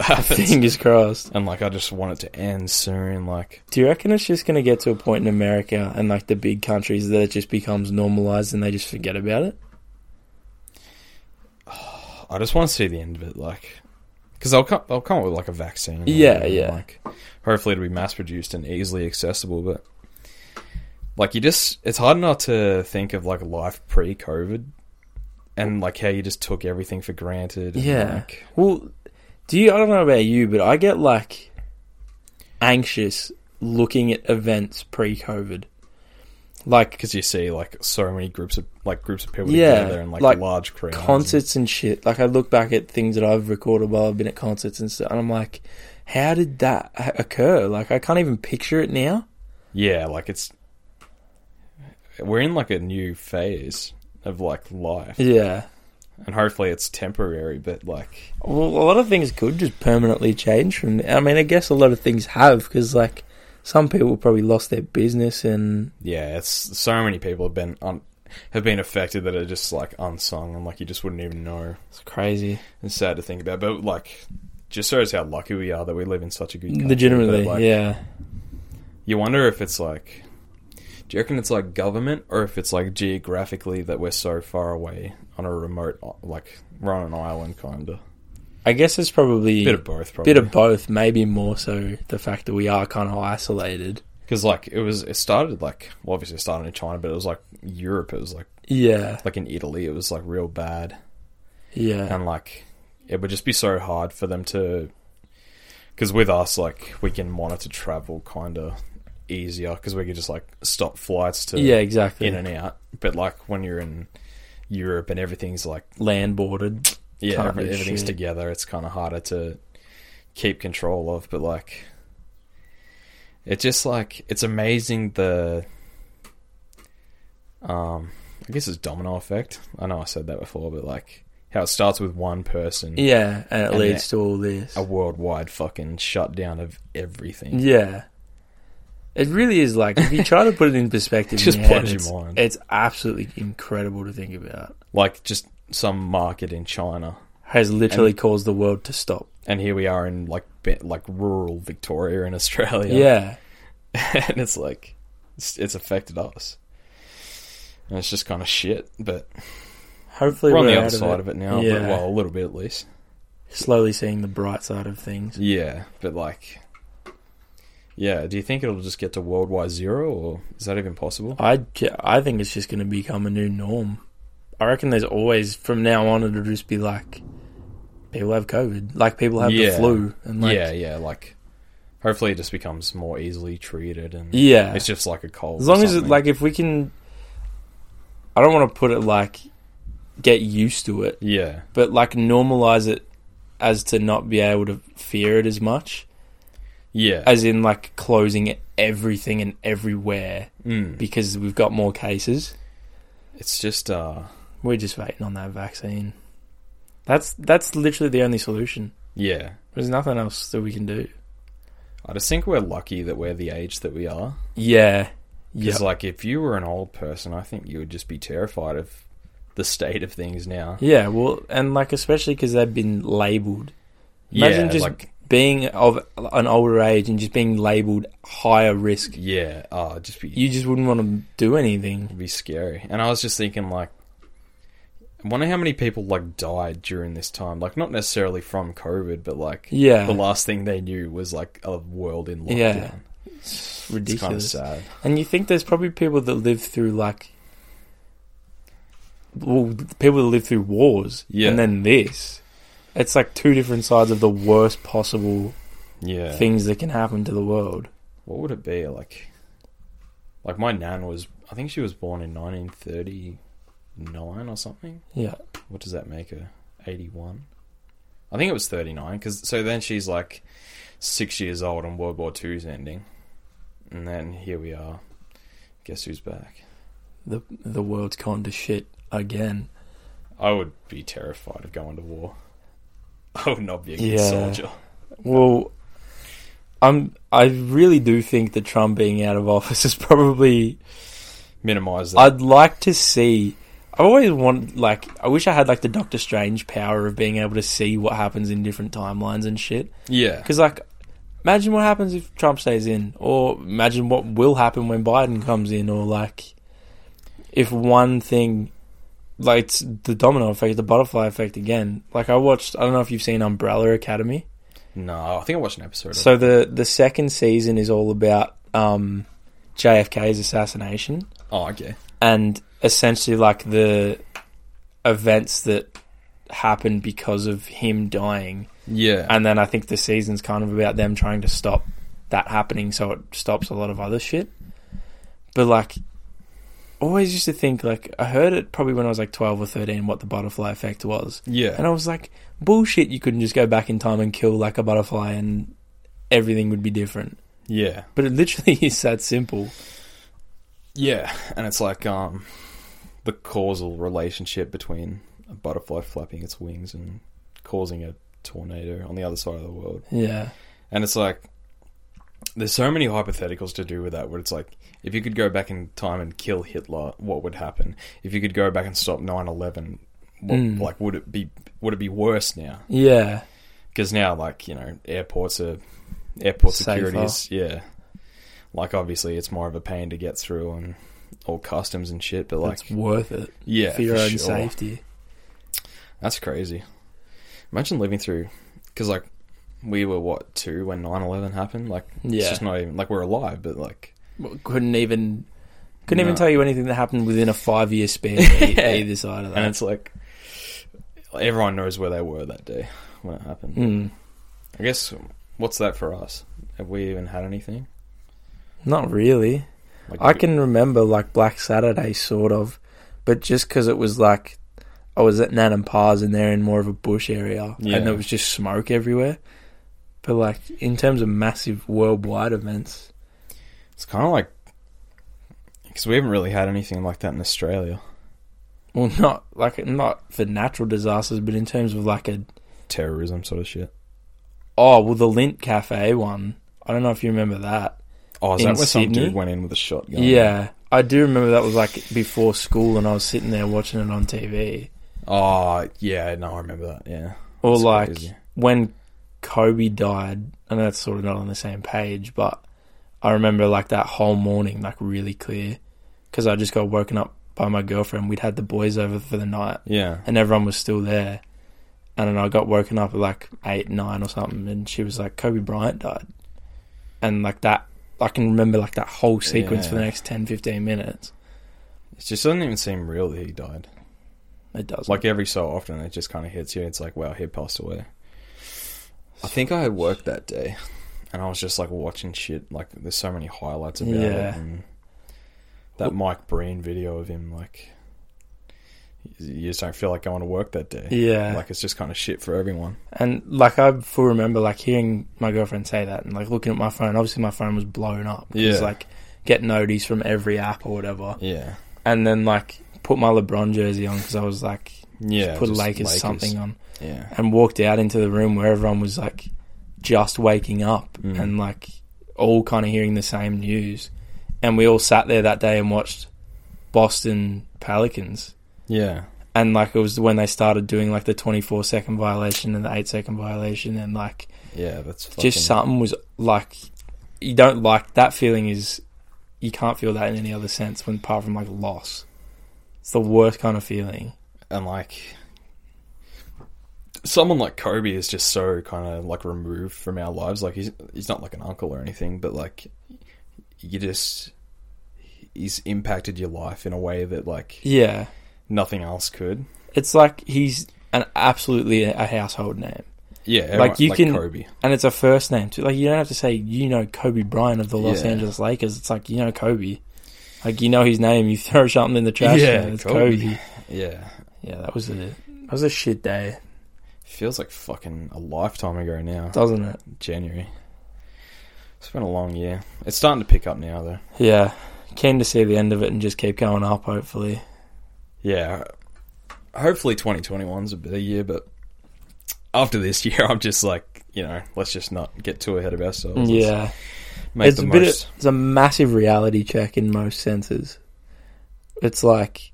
*laughs*
happens.
Fingers crossed.
and like, I just want it to end soon. Like,
Do you reckon it's just going to get to a point in America and like the big countries that it just becomes normalized and they just forget about it?
I just want to see the end of it, like, because they'll come, they'll come up with like a vaccine. or
Yeah,
whatever,
yeah.
Like, hopefully it'll be mass produced and easily accessible, but like you just, it's hard not to think of like life pre-COVID, and like how you just took everything for granted. and,
Yeah.
like-
Well, do you? I don't know about you, but I get like anxious looking at events pre-COVID. Like
because you see like so many groups of like groups of people
Yeah,
together and like,
like,
large crowds. and-
concerts and shit. Like I look back at things that I've recorded while I've been at concerts and stuff, and I'm like, how did that ha- occur? Like I can't even picture it now.
yeah, like it's we're in like a new phase of like life.
Yeah.
and hopefully it's temporary. But like,
Well, a lot of things could just permanently change from. I mean, I guess a lot of things have because, like, some people probably lost their business and
yeah, it's so many people have been un- have been affected that are just like unsung and like you just wouldn't even know.
it's crazy.
It's sad to think about, but like, just shows how lucky we are that we live in such a good, country.
Legitimately,
But, like,
yeah.
You wonder if it's like, do you reckon it's like government or if it's like geographically that we're so far away on a remote, like we're on an island kinda.
I guess it's probably
Bit of both, probably.
bit of both. Maybe more so the fact that we are kind of isolated.
because like it was, it started like well, obviously it started in China, but it was like Europe. It was like
Yeah,
like in Italy, it was like real bad,
yeah,
and like it would just be so hard for them to. Because with us, like we can monitor travel kind of easier because we could just like stop flights to
yeah. Exactly.
in and out. But like when you're in Europe and everything's like
Land boarded.
yeah,
Can't
every-
do
everything's
shit.
together. It's kind of harder to keep control of, but like it just like it's amazing the um I guess it's domino effect. I know I said that before, but like how it starts with one person,
Yeah, and it
And
leads to all this.
a worldwide fucking shutdown of everything.
Yeah. It really is like if you try to put it in
*laughs*
perspective,
Just
in your head,
blows your
it's-
mind.
It's absolutely incredible to think about.
Like just some market in China.
Has literally caused the world to stop.
And here we are in like bit- like rural Victoria in Australia.
Yeah,
*laughs* and it's like it's, it's affected us. And it's just kind of shit, but
hopefully
we're on the
out
other side of it, now. but-
Yeah.
well, a little bit at least.
Slowly seeing the bright side of things.
Yeah, but like, yeah. Do you think it'll just get to worldwide zero, or is that even possible?
I ju- I think it's just going to become a new norm. I reckon there's always from now on it'll just be like people have COVID, like people have the
Yeah.
flu, and like
yeah, yeah. Like, hopefully, it just becomes more easily treated, and
yeah.
it's just like a cold.
As
or
long as it,
something.
like if we can, I don't want to put it like get used to it,
yeah,
but like normalize it as to not be able to fear it as much,
yeah,
as in like closing everything and everywhere
mm.
because we've got more cases.
it's just uh,
We're just waiting on that vaccine. That's that's literally the only solution.
yeah.
There's nothing else that we can do.
I just think we're lucky that we're the age that we are.
Yeah,
Because,
yeah,
like, if you were an old person, I think you would just be terrified of the state of things now.
yeah. Well, and like especially because they've been labeled. Imagine
yeah,
just
like,
being of an older age and just being labelled higher risk,
yeah, uh, just be
you just wouldn't want to do anything.
it'd be scary. And I was just thinking, like, I wonder how many people like died during this time. Like, not necessarily from COVID, but like,
Yeah,
the last thing they knew was like a world in lockdown.
Yeah, it's
it's kind of
ridiculous.
sad.
and you think there's probably people that live through like, well, people that live through wars,
Yeah.
and then this. It's like two different sides of the worst possible
Yeah,
things that can happen to the world.
what would it be like? Like, my nan was, I think she was born in 1939 or something.
Yeah,
what does that make her? 81? I think it was 39. Cause, so then she's like six years old and World War Two's ending. And then here we are. Guess who's back?
the the world's gone to shit again.
I would be terrified of going to war. *laughs* I would not be a good
Yeah.
soldier.
Well, I'm. I really do think that Trump being out of *laughs* office is probably.
Minimize that.
I'd like to see. I always want like. I wish I had like the Doctor Strange power of being able to see what happens in different timelines and shit.
yeah.
Because like, imagine what happens if Trump stays in, or imagine what will happen when Biden comes in, or like, if one thing. Like it's the domino effect, the butterfly effect again. Like I watched, I don't know if you've seen Umbrella Academy.
No, I think I watched an episode of
So the the second season is all about um, JFK's assassination
Oh, okay.
and essentially like the events that happened because of him dying.
Yeah.
And then I think the season's kind of about them trying to stop that happening, so it stops a lot of other shit. But like, always used to think like I heard it probably when I was like twelve or thirteen what the butterfly effect was. And
yeah.
I was like, bullshit, you couldn't just go back in time and kill like a butterfly and everything would be different.
Yeah.
But it literally *laughs* is that simple.
Yeah. And it's like um the causal relationship between a butterfly flapping its wings and causing a tornado on the other side of the world.
Yeah.
And it's like there's so many hypotheticals to do with that where it's like if you could go back in time and kill Hitler, what would happen? If you could go back and stop 9/11, what,
Mm.
like would it be would it be worse now?
Yeah.
because now like you know airports are airport
Safer.
security is yeah like obviously it's more of a pain to get through and all customs and shit but like
It's worth it
yeah
for your
for
own
sure.
safety.
that's crazy imagine living through because like we were what two when 9-11 happened like it's
Yeah.
just not even like we're alive but like
Well, Couldn't even couldn't even
No.
tell you anything that happened within a five year
*laughs*
span e-
Yeah.
either side of that.
and it's like everyone knows where they were that day when it happened
Mm.
i guess what's that for us have we even had anything
Not really.
like
I can remember like Black Saturday sort of, but just because it was like I was at Nan and Pa's and they're in more of a bush area
Yeah.
and there was just smoke everywhere. But like in terms of massive worldwide events,
It's kind of like because we haven't really had anything like that in Australia.
well, not like not for natural disasters, but in terms of like a
Terrorism sort of shit.
oh well the Lint Cafe one. I don't know if you remember that.
Oh, is
In
that where some
Sydney?
dude went in with a shotgun?
Yeah, I do remember that was like before school, and I was sitting there watching it on TV.
Oh, yeah. No, I remember that. Yeah.
Or
That's
like
crazy.
when Kobe died, I know that's sort of not on the same page, but I remember like that whole morning like really clear because I just got woken up by my girlfriend. We'd had the boys over for the night,
Yeah.
and everyone was still there. And then I got woken up at like eight, nine or something, and she was like, "Kobe Bryant died," and like that. I can remember like that whole sequence for the
Yeah.
next 10, 15 minutes.
It just doesn't even seem real that he died.
It does.
Like every so often, it just kind of hits you. It's like, wow, he passed away. I think I had work that day, and I was just like watching shit. Like, there's so many highlights about
Yeah.
it. And that Mike Breen video of him, like, you you just don't feel like going to work that day.
yeah.
Like it's just kind of shit for everyone.
And like I full remember like hearing my girlfriend say that and like looking at my phone. Obviously, my phone was blown up. It was
Yeah.
like getting notice from every app or whatever.
Yeah,
And then like put my LeBron jersey on because I was like
yeah.
put
just
Lakers, something on
Yeah,
and walked out into the room where everyone was like just waking up
Mm.
and like all kind of hearing the same news. And we all sat there that day and watched Boston Pelicans
yeah,
and like it was when they started doing like the 24 second violation and the 8 second violation and like
yeah. That's fucking,
just something was like you don't like that feeling is you can't feel that in any other sense when apart from like loss it's the worst kind of feeling
and like someone like Kobe is just so kind of like removed from our lives. Like he's he's not like an uncle or anything, but like you just he's impacted your life in a way that like
yeah
nothing else could.
it's like he's an absolutely a household name
Yeah,
Like, you can-
Kobe.
and it's a first name too like you don't have to say you know kobe bryant of the los
Yeah.
angeles lakers it's like you know kobe like you know his name you *laughs* throw something in the trash
Yeah,
and it's
Kobe.
kobe
Yeah,
yeah that was a that was a shit day
feels like fucking a lifetime ago now.
doesn't it
January. It's been a long year. It's starting to pick up now though.
Yeah. Keen to see the end of it and just keep going up, hopefully.
Yeah. Hopefully 2021's a better year, but after this *laughs* year, I'm just like, you know, let's just not get too ahead of ourselves. Let's
yeah.
Make
it's
the
a bit
most.
of, it's a massive reality check in most senses. It's like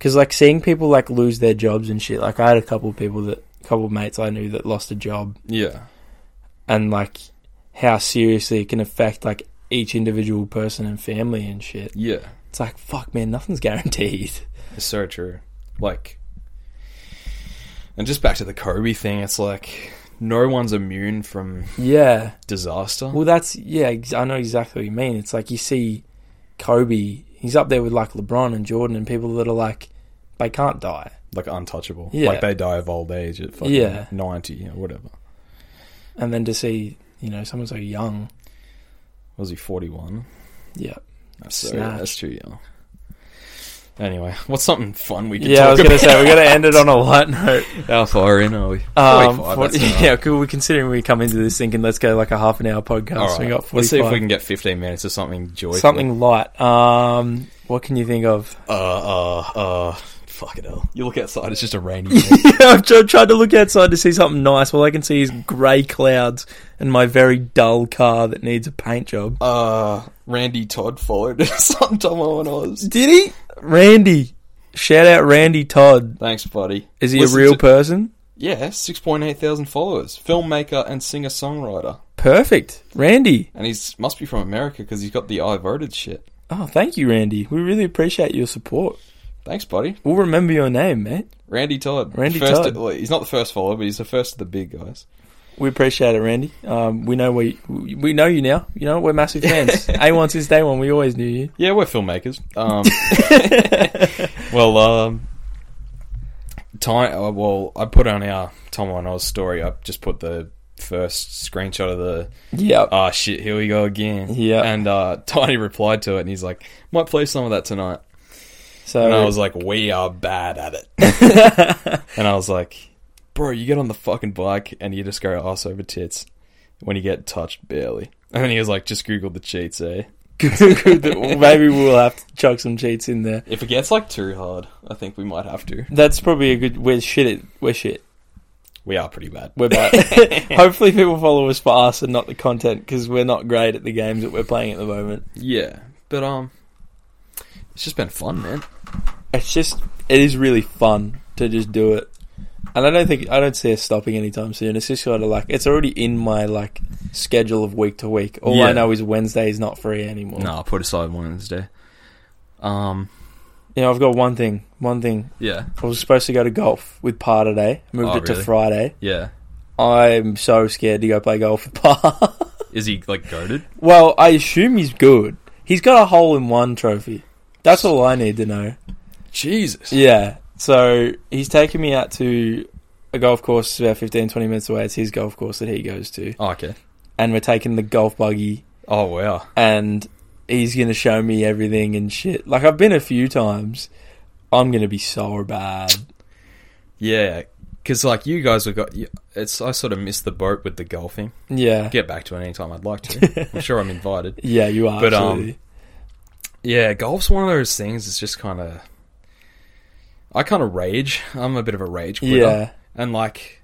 cuz like seeing people like lose their jobs and shit. Like I had a couple of people that couple of mates I knew that lost a job
yeah.
and like how seriously it can affect like each individual person and family and shit.
Yeah.
It's like fuck man, nothing's *laughs* guaranteed.
It's so true. Like, and just back to the Kobe thing, it's like no one's immune from
Yeah.
disaster.
Well, that's yeah. ex- I know exactly what you mean. It's like you see Kobe. He's up there with like LeBron and Jordan and people that are like they can't die.
like, untouchable.
Yeah.
Like, they die of old age at fucking
Yeah.
90 or whatever.
And then to see you know someone so young,
Was he 41?
yeah,
That's, so,
Snatch.
that's too young. Anyway, what's something fun we can
yeah. I
talk
was gonna
about?
say we're gonna end it on *laughs* a light note.
How far in are we?
Um,
45,
forty-
that's
*laughs*
enough.
yeah, cool. We're considering we come into this thinking let's go like a half an hour podcast.
All right.
We got 45,
Let's see if we can get 15 minutes of something joyful.
something light. Um, what can you think of?
Uh, uh, uh, fuck it hell. You look outside, it's just a *laughs* rainy day.
*laughs* yeah, I've tr- tried to look outside to see something nice. All I can see is grey clouds and my very dull car that needs a paint job.
uh, Randy Todd followed *laughs* us on Tom Owen Oz.
Did he? Randy. Shout out Randy Todd.
Thanks, buddy.
Is he a
Listen
real
to-
person?
yeah, 6.8 thousand followers. Filmmaker and singer-songwriter.
Perfect. Randy.
And he's must be from America because he's got the I voted shit.
Oh, thank you, Randy. We really appreciate your support.
Thanks, buddy.
We'll remember your name, mate.
Randy Todd.
Randy
first
Todd.
well, he's not the first follower, but he's the first of the big guys.
We appreciate it, Randy. Um, we know we we know you now. You know we're massive
*laughs*
fans. A one since day one. We always knew you.
Yeah, we're filmmakers. Um, well, um, time. Uh, well, I put on our Tom and Oz story. I just put the first screenshot of the
Yep.
ah shit. Here we go again.
Yeah.
And uh, *laughs* Tiny replied to it, and he's like, "Might play some of that tonight."
so
And I was like, "We are bad at it."
*laughs*
and I was like, "Bro, you get on the fucking bike and you just go ass over tits when you get touched barely." And then he was like, "Just Google the cheats, eh?"
maybe we'll have to chuck some cheats in there.
If it gets like too hard, I think we might have to.
That's probably a good. We're shit. At, we're shit.
We are pretty bad.
We're
*laughs*
bad. Hopefully, people follow us for us and not the content because we're not great at the games that we're playing at the moment.
Yeah, but um, it's just been fun, man.
It's just it is really fun to just do it, and I don't think I don't see us stopping anytime soon. It's just sort of like it's already in my like schedule of week to week. All I
Yeah.
know is Wednesday is not free anymore.
Nah, put aside Wednesday. Um,
You know, I've got one thing. One thing.
yeah,
I was supposed to go to golf with Pa today. Moved
Oh,
it to
really?
Friday.
yeah.
I'm so scared to go play golf with Pa. *laughs*
Is he like goaded?
well, I assume he's good. He's got a hole in one trophy. That's all I need to know.
Jesus.
Yeah. So he's taking me out to a golf course about 15, 20 minutes away. It's his golf course that he goes to.
Oh, okay.
And we're taking the golf buggy
Oh wow.
and he's going to show me everything and shit. Like, I've been a few times. I'm going to be so bad.
Yeah, because like you guys have got. you- It's I sort of missed the boat with the golfing.
Yeah.
Get back to it anytime I'd like *laughs* to. I'm sure I'm invited.
Yeah, you are.
But, um,
absolutely.
Yeah, golf's one of those things. It's just kind of. I kind of rage. I'm a bit of a rage quitter.
yeah.
and like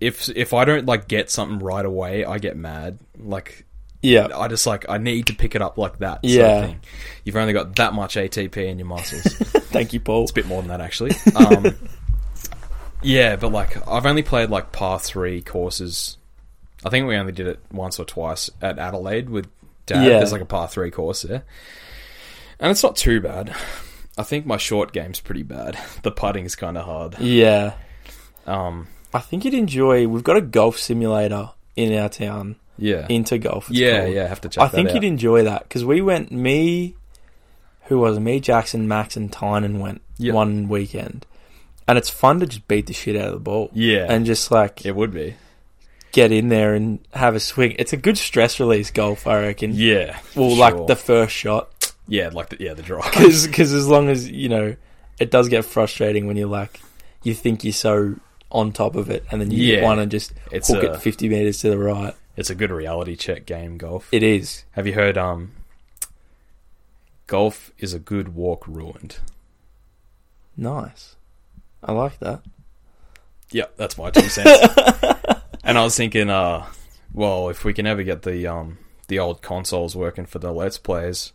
if if I don't like get something right away, I get mad. Like
Yeah.
I just like I need to pick it up like that. Sort
Yeah.
of thing. You've only got that much ATP in your muscles.
*laughs*
it's
*laughs* Thank you, Paul.
a bit more than that actually. Um, yeah, but like I've only played like par three courses. I think we only did it once or twice at Adelaide with Dad.
Yeah.
There's like a par three course there, and it's not too bad. I think my short game's pretty bad. *laughs* The putting is kind of hard.
Yeah.
Um,
I think you'd enjoy. We've got a golf simulator in our town,
yeah,
Into Golf. it's
yeah,
called.
yeah. I have to check.
I
that
think
out.
you'd enjoy that because we went, me, who was it? me, Jackson, Max, and Tynan went
Yeah.
one weekend. And it's fun to just beat the shit out of the ball.
Yeah,
And just like
it would be.
get in there and have a swing. It's a good stress release golf, I reckon.
Yeah,
well, like the first shot.
yeah, like the yeah the draw.
because as long as you know, it does get frustrating when you're like you think you're so on top of it, and then you
Yeah.
want to just
It's uh,
hook
a
it 50 meters to the right.
it's a good reality check game. Golf.
It is.
Have you heard? Um, golf is a good walk ruined.
Nice. I like
*laughs*
that.
Yeah, that's *laughs* my two cents. and I was thinking, uh, well, if we can ever get the um the old consoles working for the let's plays,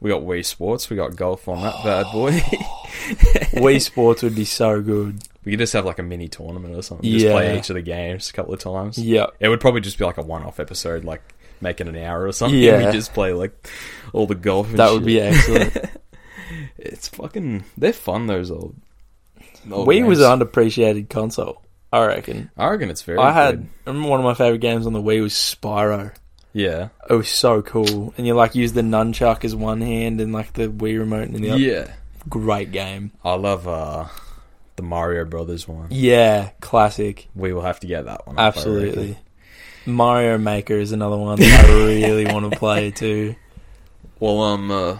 we got Wii Sports, we got golf on that bad *gasps* boy.
Wii Sports would be so good.
we could just have like a mini tournament or something. Just
Yeah.
play each of the games a couple of times.
Yeah.
It would probably just be like a one-off episode, like making an hour or something. *laughs*
Yeah.
We just play like all the golf. And
That would be
shit. *laughs*
excellent.
It's fucking. They're fun. Those old. old
Wii was
games.
an underappreciated console, I reckon.
I reckon it's very.
I had
good.
I remember one of my favorite games on the Wii was Spyro.
Yeah.
It was so cool, and you like use the nunchuck as one hand and like the Wii remote in the other.
Yeah.
Great game.
I love uh, the Mario Brothers one.
Yeah, classic.
We will have to get that one. up, I reckon.
Absolutely. Mario Maker is another one
*laughs*
that I really want to play too.
Well, I'm uh,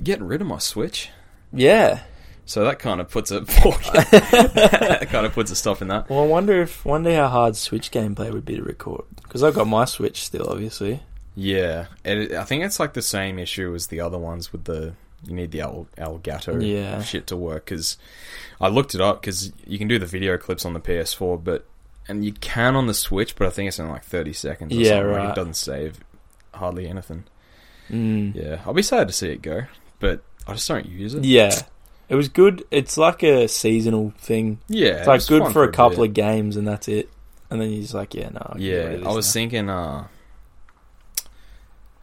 getting rid of my Switch,
Yeah.
so that kind of puts
*laughs*
a *laughs* that *laughs* kind of puts a stop in that.
Well, I wonder if wonder how hard Switch gameplay would be to record because I've got my Switch still, obviously.
Yeah, and it, I think it's like the same issue as the other ones with the you need the Al- Elgato
Yeah.
shit to work. Because I looked it up because you can do the video clips on the PS4, but and you can on the Switch, but I think it's in like thirty seconds. Or
Yeah,
something. Like,
right.
it doesn't save hardly anything.
Mm.
Yeah, I'll be sad to see it go, but I just don't use it.
Yeah. It was good. It's like a seasonal thing.
Yeah,
It's
it
like
was
good
fun
for a couple
bit.
of games and that's it. And then you're just like, yeah, no. I can get rid
Yeah,
of
I
this
was
now.
thinking uh,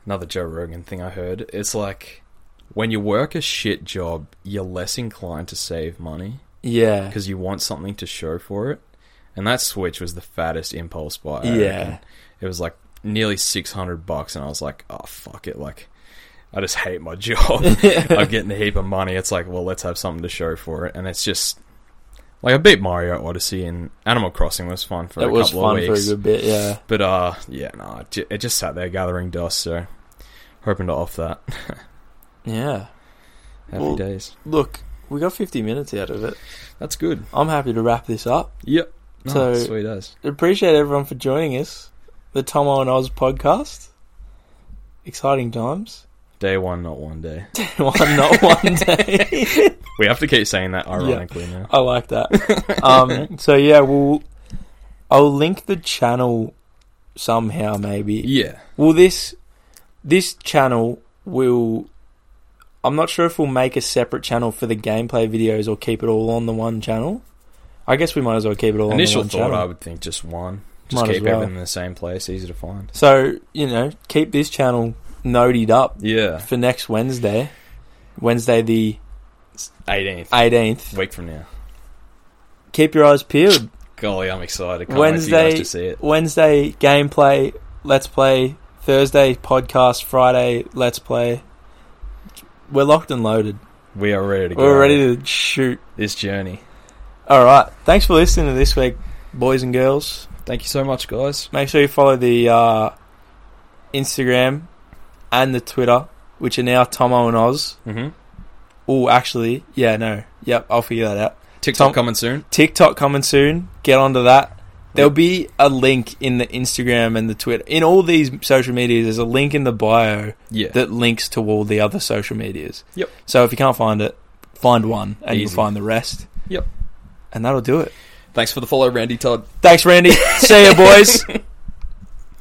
another Joe Rogan thing I heard. It's like when you work a shit job, you're less inclined to save money
Yeah.
because you want something to show for it. And that Switch was the fattest impulse buy. I
Yeah. *laughs*
reckon. it was like nearly six hundred bucks, and I was like, oh fuck it, like. I just hate my *laughs* job. I'm getting a heap of money. It's like, well, let's have something to show for it. And it's just like I beat Mario Odyssey and Animal Crossing was fun for a
It was
couple of
fun
weeks.
for a good bit, yeah.
But uh, yeah, no, it ju- it just sat there gathering dust. So hoping to off that
Yeah.
happy
Well-
days.
Look, we got 50 minutes out of it.
That's good.
I'm happy to wrap this up.
Yep. No,
So-
sweet as.
Appreciate everyone for joining us. The Tomo and Oz podcast. Exciting times. *laughs*
Day one, not one day.
one, not one day. *laughs*
We have to keep saying that ironically now.
I like
*laughs*
that. um, so yeah, we'll I'll link the channel somehow. Maybe
Yeah.
well this this channel will. I'm not sure if we'll make a separate channel for the gameplay videos or keep it all on the one channel. I guess we might as well keep it all
Initial
on the one
thought,
channel.
I would think just one. Just
Might as
keep
well.
everything in the same place, easy to find.
So you know, keep this channel noted up
Yeah.
for next Wednesday, Wednesday the
18th.
18th.
Week from now.
Keep your eyes peeled.
Golly, I'm excited. Can't
Wednesday-
wait for you guys to see it.
Wednesday gameplay, let's play. Thursday podcast, Friday let's play. We're locked and loaded.
We are ready to go.
We're ready to shoot.
This journey.
All right. Thanks for listening to this week, boys and girls.
Thank you so much, guys.
Make sure you follow the uh, Instagram and the Twitter, which are now Tomo and Oz.
Mm-hmm.
Oh, actually, yeah, no, yep, I'll figure that out.
TikTok
Tom-
coming soon.
TikTok coming soon. Get onto that. There'll be a link in the Instagram and the Twitter. In all these social medias, there's a link in the bio
Yeah.
that links to all the other social medias.
Yep.
So if you can't find it, find one and you'll
Easy.
find the rest.
Yep.
And that'll do it.
Thanks for the follow, Randy Todd.
Thanks, Randy. *laughs* See ya, boys.